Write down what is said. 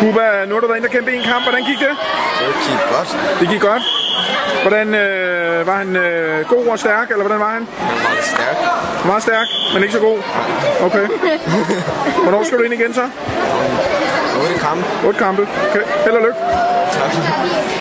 Kuba, nu har du været inde og kæmpe en kamp. Hvordan gik det? Det gik godt. Det gik godt. Hvordan øh, var han øh, god og stærk, eller hvordan var han? Han var lidt stærk. Meget stærk, men ikke så god. Okay. Hvornår skal du ind igen så? Nu er det kamp. Otte kampe. Okay. Held og lykke. Tak.